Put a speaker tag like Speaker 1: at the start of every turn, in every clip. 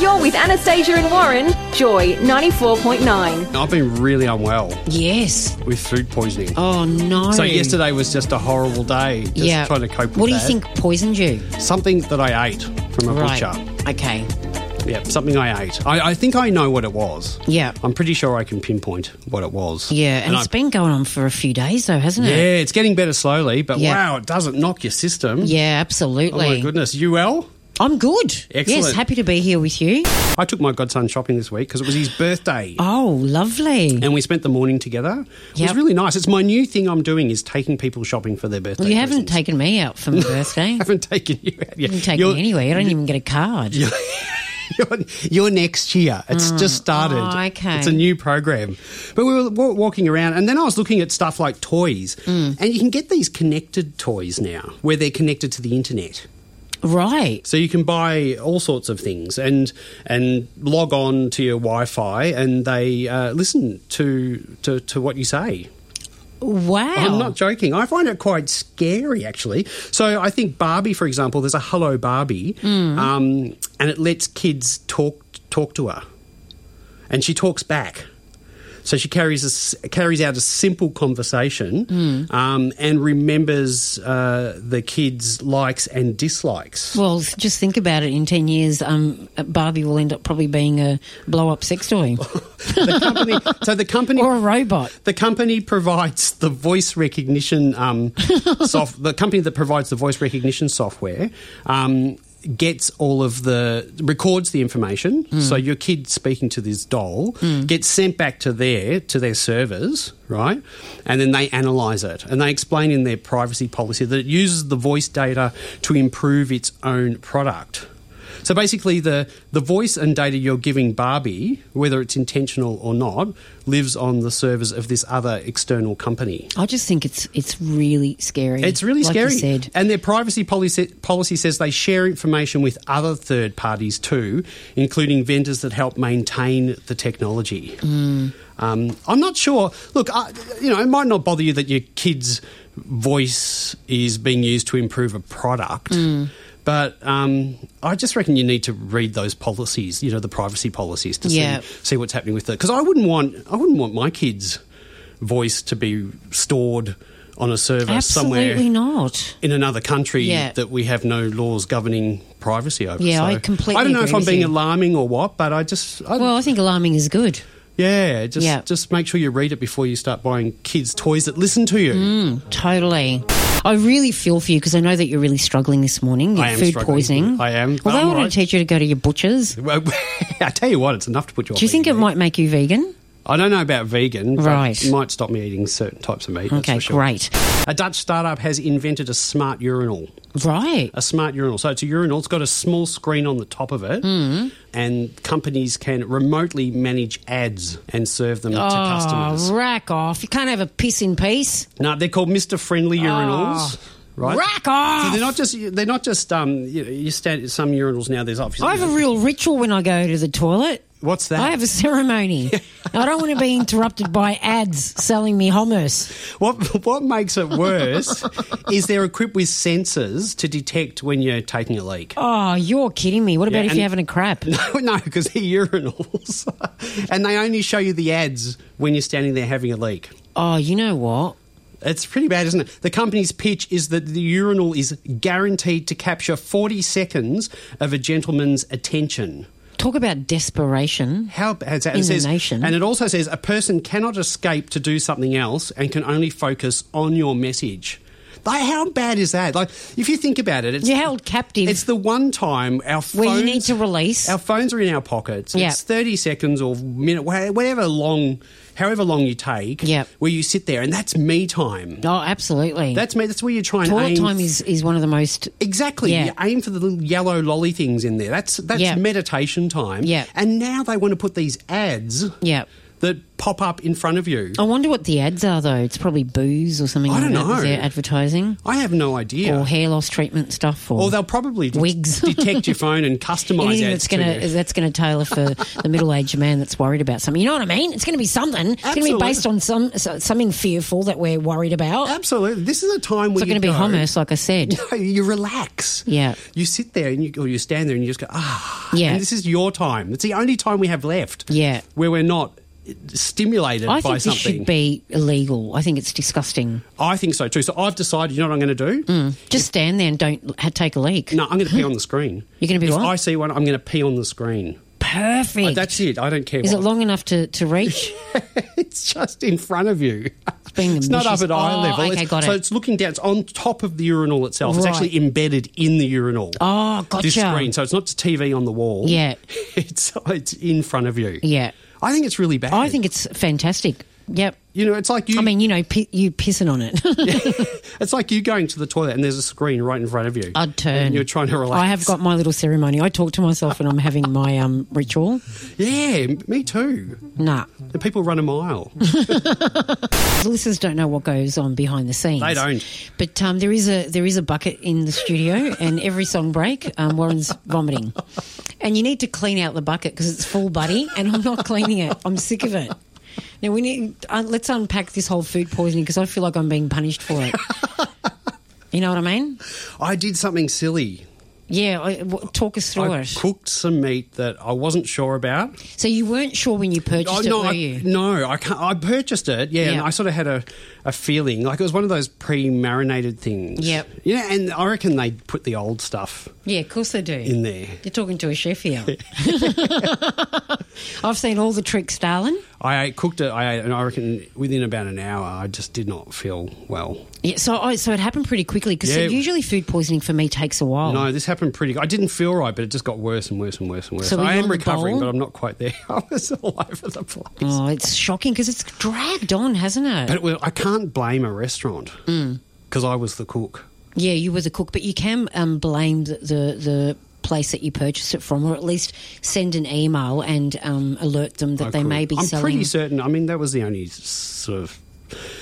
Speaker 1: You're with Anastasia and Warren, Joy 94.9.
Speaker 2: I've been really unwell
Speaker 3: Yes.
Speaker 2: with food poisoning.
Speaker 3: Oh no.
Speaker 2: So yesterday was just a horrible day. Just
Speaker 3: yeah.
Speaker 2: trying to cope with
Speaker 3: What do you
Speaker 2: that.
Speaker 3: think poisoned you?
Speaker 2: Something that I ate from a butcher.
Speaker 3: Okay.
Speaker 2: Yeah, something I ate. I, I think I know what it was.
Speaker 3: Yeah.
Speaker 2: I'm pretty sure I can pinpoint what it was.
Speaker 3: Yeah, and,
Speaker 2: I-
Speaker 3: it's been going on for a few days though, hasn't
Speaker 2: Yeah,
Speaker 3: it?
Speaker 2: it's getting better slowly, but
Speaker 3: Yeah.
Speaker 2: wow, it doesn't knock your system.
Speaker 3: Yeah,
Speaker 2: Oh
Speaker 3: absolutely.
Speaker 2: my goodness. You well?
Speaker 3: I'm good. Yes,
Speaker 2: Excellent.
Speaker 3: happy to be here with you.
Speaker 2: I took my godson shopping this week because it was his birthday.
Speaker 3: Oh, lovely.
Speaker 2: And we spent the morning together. It
Speaker 3: Yep.
Speaker 2: was really nice. It's my new thing I'm doing is taking people shopping for their birthday.
Speaker 3: well, you haven't
Speaker 2: presents.
Speaker 3: taken me out for my birthday.
Speaker 2: haven't taken you out yet.
Speaker 3: you take
Speaker 2: You're-
Speaker 3: me anyway. I don't even get a card.
Speaker 2: you're, you're next year. It's just started.
Speaker 3: Oh, okay.
Speaker 2: It's a new program. But we were wa- walking around, and then I was looking at stuff like toys,
Speaker 3: Mm.
Speaker 2: and you can get these connected toys now, where they're connected to the internet.
Speaker 3: Right.
Speaker 2: So you can buy all sorts of things and and log on to your Wi-Fi, and they uh, listen to, to to what you say.
Speaker 3: Wow.
Speaker 2: I'm not joking. I find it quite scary, actually. So I think Barbie, for example, there's a Hello Barbie, um, and it lets kids talk talk to her, and she talks back. So she carries a s carries out a simple conversation um, and remembers uh, the kids' likes and dislikes.
Speaker 3: well, just think about it. In ten years, um, Barbie will end up probably being a blow-up sex toy
Speaker 2: The company, so the company
Speaker 3: or a robot.
Speaker 2: The company provides the voice recognition um, soft. The company that provides the voice recognition software um, gets all of the records the information. So your kid speaking to this doll gets sent back to their to their servers, right? And then they analyze it and they explain in their privacy policy that it uses the voice data to improve its own product. So basically, the, the voice and data you're giving Barbie, whether it's intentional or not, lives on the servers of this other external company.
Speaker 3: I just think it's it's really scary.
Speaker 2: It's really
Speaker 3: like
Speaker 2: scary.
Speaker 3: You said.
Speaker 2: And their privacy policy, policy says they share information with other third parties too, including vendors that help maintain the technology.
Speaker 3: Hmm.
Speaker 2: Um, I'm not sure. Look, I, you know, it might not bother you that your kid's voice is being used to improve a product.
Speaker 3: Hmm.
Speaker 2: But um, I just reckon you need to read those policies, you know, the privacy policies to
Speaker 3: Yeah.
Speaker 2: see, see what's happening with it. Because I wouldn't want, I wouldn't want my kids' voice to be stored on a server
Speaker 3: Absolutely
Speaker 2: somewhere
Speaker 3: not.
Speaker 2: in another country
Speaker 3: Yeah.
Speaker 2: that we have no laws governing privacy over.
Speaker 3: Yeah,
Speaker 2: So
Speaker 3: I completely
Speaker 2: I don't know if
Speaker 3: agree
Speaker 2: I'm
Speaker 3: with
Speaker 2: being
Speaker 3: you.
Speaker 2: alarming or what, but I just, I,
Speaker 3: Well, I think alarming is good.
Speaker 2: yeah, just
Speaker 3: Yeah.
Speaker 2: just make sure you read it before you start buying kids' toys that listen to you.
Speaker 3: Mm. Totally. I really feel for you because I know that you're really struggling this morning.
Speaker 2: I
Speaker 3: your
Speaker 2: am
Speaker 3: food
Speaker 2: struggling.
Speaker 3: poisoning.
Speaker 2: I am, but
Speaker 3: Well, they
Speaker 2: I'm
Speaker 3: want
Speaker 2: alright.
Speaker 3: to teach you to go to your butchers. Do
Speaker 2: Well, I tell you what, it's enough to put you. off
Speaker 3: you think it
Speaker 2: eating meat.
Speaker 3: might make you vegan?
Speaker 2: I don't know about vegan, but
Speaker 3: Right.
Speaker 2: It might stop me eating certain types of meat. that's
Speaker 3: Okay,
Speaker 2: for sure.
Speaker 3: great.
Speaker 2: A Dutch startup has invented a smart urinal.
Speaker 3: Right.
Speaker 2: a smart urinal. So it's a urinal. It's got a small screen on the top of it,
Speaker 3: Hmm.
Speaker 2: and companies can remotely manage ads and serve them to Uh, customers.
Speaker 3: Oh, rack off. You can't have a piss in peace.
Speaker 2: No, they're called Mister Friendly urinals, right?
Speaker 3: Ah. Rack off.
Speaker 2: So they're not just they're not just um you, know, you stand some urinals now. There's obviously
Speaker 3: I have a real ritual when I go to the toilet.
Speaker 2: what's that?
Speaker 3: I have a ceremony. I don't want to be interrupted by ads selling me hummus.
Speaker 2: What what makes it worse is they're equipped with sensors to detect when you're taking a leak.
Speaker 3: Oh, you're kidding me. What about
Speaker 2: Yeah,
Speaker 3: if you're
Speaker 2: and-
Speaker 3: having a crap?
Speaker 2: No, no, because they're urinals, and they only show you the ads when you're standing there having a leak.
Speaker 3: Oh, you know what?
Speaker 2: It's pretty bad, isn't it? The company's pitch is that the urinal is guaranteed to capture 40 seconds of a gentleman's attention.
Speaker 3: Talk about desperation.
Speaker 2: How bad is that?
Speaker 3: In
Speaker 2: it
Speaker 3: the
Speaker 2: says,
Speaker 3: nation.
Speaker 2: And it also says a person cannot escape to do something else and can only focus on your message. Like, how bad is that? Like, if you think about it, it's
Speaker 3: You're held captive.
Speaker 2: It's the one time our phones
Speaker 3: Where you need to release.
Speaker 2: Our phones are in our pockets.
Speaker 3: Yeah.
Speaker 2: It's thirty seconds or minute, wha- whatever long, however long you take.
Speaker 3: Yeah.
Speaker 2: Where you sit there, and that's me time.
Speaker 3: Oh, absolutely.
Speaker 2: That's me. That's where you try and
Speaker 3: Toilet
Speaker 2: aim.
Speaker 3: time is, is one of the most.
Speaker 2: Exactly.
Speaker 3: Yeah.
Speaker 2: You aim for the little yellow lolly things in there. That's that's
Speaker 3: Yeah.
Speaker 2: meditation time.
Speaker 3: Yeah.
Speaker 2: And now they want to put these ads
Speaker 3: Yeah.
Speaker 2: that pop up in front of you.
Speaker 3: I wonder what the ads are though. It's probably booze or something.
Speaker 2: I
Speaker 3: like
Speaker 2: don't
Speaker 3: that. Is
Speaker 2: know.
Speaker 3: there advertising
Speaker 2: I have no idea.
Speaker 3: or hair loss treatment stuff or,
Speaker 2: or they'll probably d-
Speaker 3: Wigs.
Speaker 2: detect your phone and customize
Speaker 3: anything
Speaker 2: ads
Speaker 3: that's
Speaker 2: to
Speaker 3: going
Speaker 2: you.
Speaker 3: to that's going to tailor for the middle aged man that's worried about something. You know what I mean? It's going to be something. It's going to be
Speaker 2: Absolutely.
Speaker 3: based on some so- something fearful that we're worried about.
Speaker 2: Absolutely. This is a time
Speaker 3: it's
Speaker 2: where
Speaker 3: not going to be
Speaker 2: you go-
Speaker 3: hummus, like I said.
Speaker 2: No, you relax.
Speaker 3: Yeah.
Speaker 2: You sit there and you or you stand there and you just go, ah.
Speaker 3: Yeah.
Speaker 2: And this is your time. It's the only time we have left.
Speaker 3: Yeah.
Speaker 2: Where we're not stimulated by
Speaker 3: I think this
Speaker 2: something.
Speaker 3: should be illegal. I think it's disgusting.
Speaker 2: I think so too. So I've decided. You know what I'm going to do?
Speaker 3: Just stand there and don't ha- take a leak.
Speaker 2: No, I'm going to pee on the screen.
Speaker 3: You're gonna be
Speaker 2: If
Speaker 3: what?
Speaker 2: I see one, I'm going to pee on the screen.
Speaker 3: Perfect.
Speaker 2: That's it. I don't care.
Speaker 3: Is
Speaker 2: what.
Speaker 3: it long enough to, to reach?
Speaker 2: it's just in front of you.
Speaker 3: being
Speaker 2: It's not up
Speaker 3: ambitious.
Speaker 2: at eye
Speaker 3: Oh,
Speaker 2: level.
Speaker 3: okay,
Speaker 2: It's-
Speaker 3: got
Speaker 2: So
Speaker 3: it.
Speaker 2: it's looking down. It's on top of the urinal itself. It's
Speaker 3: Right.
Speaker 2: actually embedded in the urinal.
Speaker 3: Oh,
Speaker 2: This
Speaker 3: gotcha.
Speaker 2: screen. So it's not just TV on the wall.
Speaker 3: Yeah.
Speaker 2: It's it's in front of you.
Speaker 3: Yeah.
Speaker 2: I think it's really bad.
Speaker 3: I think it's fantastic. Yep.
Speaker 2: you know it's like you.
Speaker 3: I mean, you know, pi- you pissing on it.
Speaker 2: it's like you going to the toilet and there's a screen right in front of you.
Speaker 3: I'd turn.
Speaker 2: And you're trying to relax.
Speaker 3: I have got my little ceremony. I talk to myself when I'm having my um, ritual.
Speaker 2: Yeah, me too.
Speaker 3: Nah.
Speaker 2: And people run a mile.
Speaker 3: The listeners don't know what goes on behind the scenes.
Speaker 2: They don't.
Speaker 3: But um, there is a there is a bucket in the studio, and every song break, um, Warren's vomiting, and you need to clean out the bucket because it's full, buddy. And I'm not cleaning it. I'm sick of it. Now we need uh, let's unpack this whole food poisoning because I feel like I'm being punished for it. you know what I mean?
Speaker 2: I did something silly.
Speaker 3: Yeah. I, w- talk us through
Speaker 2: I
Speaker 3: it.
Speaker 2: cooked some meat that I wasn't sure about.
Speaker 3: So you weren't sure when you purchased
Speaker 2: Oh,
Speaker 3: it,
Speaker 2: no,
Speaker 3: were
Speaker 2: I,
Speaker 3: you?
Speaker 2: no, I can't. I purchased it, yeah, and
Speaker 3: Yeah.
Speaker 2: I sort of had a, a feeling like it was one of those pre-marinated things.
Speaker 3: Yep.
Speaker 2: Yeah, and I reckon they put the old stuff
Speaker 3: Yeah, of course they do.
Speaker 2: in there.
Speaker 3: You're talking to a chef here. I've seen all the tricks, darling.
Speaker 2: I ate- cooked it. I ate, and I reckon within about an hour, I just did not feel well.
Speaker 3: Yeah, so I, so it happened pretty quickly because
Speaker 2: Yeah.
Speaker 3: usually food poisoning for me takes a while.
Speaker 2: No, this happened pretty. I didn't feel right, but it just got worse and worse and worse and worse.
Speaker 3: So were
Speaker 2: I
Speaker 3: you
Speaker 2: am
Speaker 3: on the
Speaker 2: recovering,
Speaker 3: bowl?
Speaker 2: but I'm not quite there. I was all over the place.
Speaker 3: Oh, it's shocking because it's dragged on, hasn't it?
Speaker 2: But it, was- I can't blame a restaurant
Speaker 3: Mm.
Speaker 2: because I was the cook.
Speaker 3: yeah, you were the cook, but you can um, blame the, the the place that you purchased it from, or at least send an email and um, alert them that
Speaker 2: I
Speaker 3: they
Speaker 2: could.
Speaker 3: may be
Speaker 2: I'm
Speaker 3: selling.
Speaker 2: pretty certain. I mean, that was the only s- sort of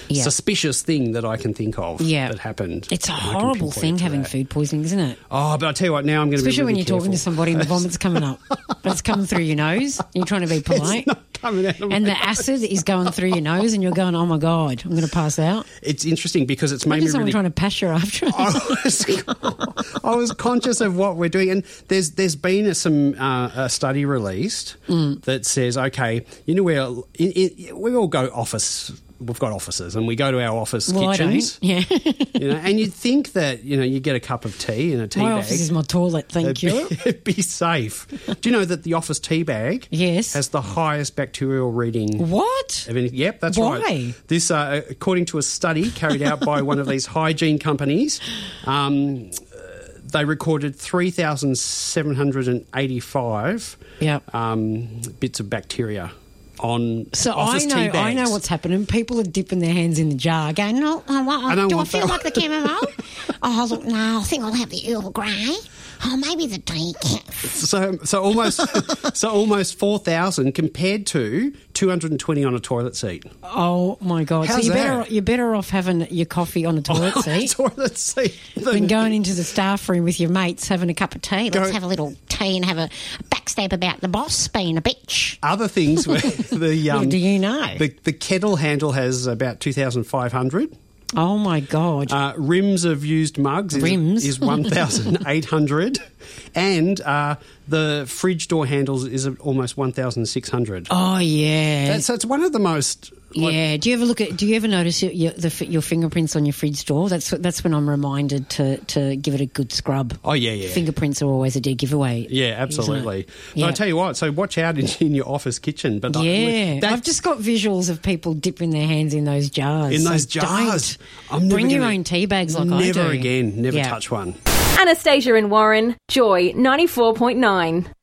Speaker 3: Yeah.
Speaker 2: suspicious thing that I can think of
Speaker 3: Yeah.
Speaker 2: that happened.
Speaker 3: it's a
Speaker 2: And I can
Speaker 3: horrible
Speaker 2: pinpoint it
Speaker 3: thing
Speaker 2: to
Speaker 3: having
Speaker 2: that.
Speaker 3: food poisoning, isn't it?
Speaker 2: Oh, but I tell you what, now I'm going to be
Speaker 3: Especially when
Speaker 2: really
Speaker 3: you're talking
Speaker 2: careful.
Speaker 3: to somebody and the vomit's coming up. But it's coming through your nose. And you're trying to be
Speaker 2: It's
Speaker 3: polite.
Speaker 2: not coming out of
Speaker 3: and
Speaker 2: my
Speaker 3: the acid is going through your nose, and you're going, "Oh my god, I'm going to pass out."
Speaker 2: It's interesting because it's made
Speaker 3: Imagine
Speaker 2: me
Speaker 3: someone
Speaker 2: really.
Speaker 3: trying to pass you after.
Speaker 2: I was, I was conscious of what we're doing, and there's there's been a, some uh, a study released that says, okay, you know where in, in, we all go office, we've got offices, and we go to our office
Speaker 3: Well, I don't.
Speaker 2: kitchens,
Speaker 3: eh? Yeah.
Speaker 2: you know, and you'd think that you know you get a cup of tea and a tea
Speaker 3: my
Speaker 2: bag.
Speaker 3: office is my toilet. Thank you.
Speaker 2: It'd be, it'd be safe. Do you know that the office tea bag
Speaker 3: Yes.
Speaker 2: has the highest bacterial reading?
Speaker 3: What?
Speaker 2: of any yep, that's
Speaker 3: Why?
Speaker 2: right. This, uh, according to a study carried out by one of these hygiene companies, um, uh, they recorded three thousand seven hundred and eighty-five
Speaker 3: Yep.
Speaker 2: um, bits of bacteria on
Speaker 3: So I
Speaker 2: office
Speaker 3: know,
Speaker 2: tea
Speaker 3: I know
Speaker 2: bags.
Speaker 3: what's happening. People are dipping their hands in the jar, going, "No, oh, what,
Speaker 4: I
Speaker 2: don't
Speaker 4: do I
Speaker 2: want
Speaker 4: feel
Speaker 2: that
Speaker 4: like the chamomile? oh, look, no, I think I'll have the Earl Grey. Oh, maybe the tea.
Speaker 2: So, so almost, so almost four thousand compared to two hundred and twenty on a toilet seat.
Speaker 3: oh my god!"
Speaker 2: How's
Speaker 3: so you better,
Speaker 2: that? Oh,
Speaker 3: you're better off having your coffee on a toilet seat
Speaker 2: toilet seat.
Speaker 3: than going into the staff room with your mates having a cup of tea.
Speaker 4: Let's have a little tea and have a backstab about the boss being a bitch.
Speaker 2: other things were the um,
Speaker 3: do you know?
Speaker 2: the, the kettle handle has about 2500
Speaker 3: Oh my god!
Speaker 2: uh, rims of used mugs is,
Speaker 3: Rims?
Speaker 2: is 1800 and uh, the fridge door handles is almost 1600
Speaker 3: oh yeah.
Speaker 2: That- so it's one of the most like,
Speaker 3: yeah. Do you ever look at? Do you ever notice your your, the, fi- your fingerprints on your fridge door? That's wh- that's when I'm reminded to to give it a good scrub.
Speaker 2: Oh, yeah, yeah.
Speaker 3: Fingerprints are always a dead giveaway.
Speaker 2: yeah,
Speaker 3: isn't it?
Speaker 2: absolutely. But
Speaker 3: Yeah.
Speaker 2: I tell you what, so watch out in, in your office kitchen. But like,
Speaker 3: yeah,
Speaker 2: that-
Speaker 3: I've just got visuals of people dipping their hands in those jars.
Speaker 2: in
Speaker 3: so
Speaker 2: those
Speaker 3: don't.
Speaker 2: jars, I'm never
Speaker 3: Bring your
Speaker 2: gonna-
Speaker 3: own tea bags like I do.
Speaker 2: Never again. Never
Speaker 3: Yeah.
Speaker 2: touch one.
Speaker 1: Anastasia and Warren, Joy 94.9.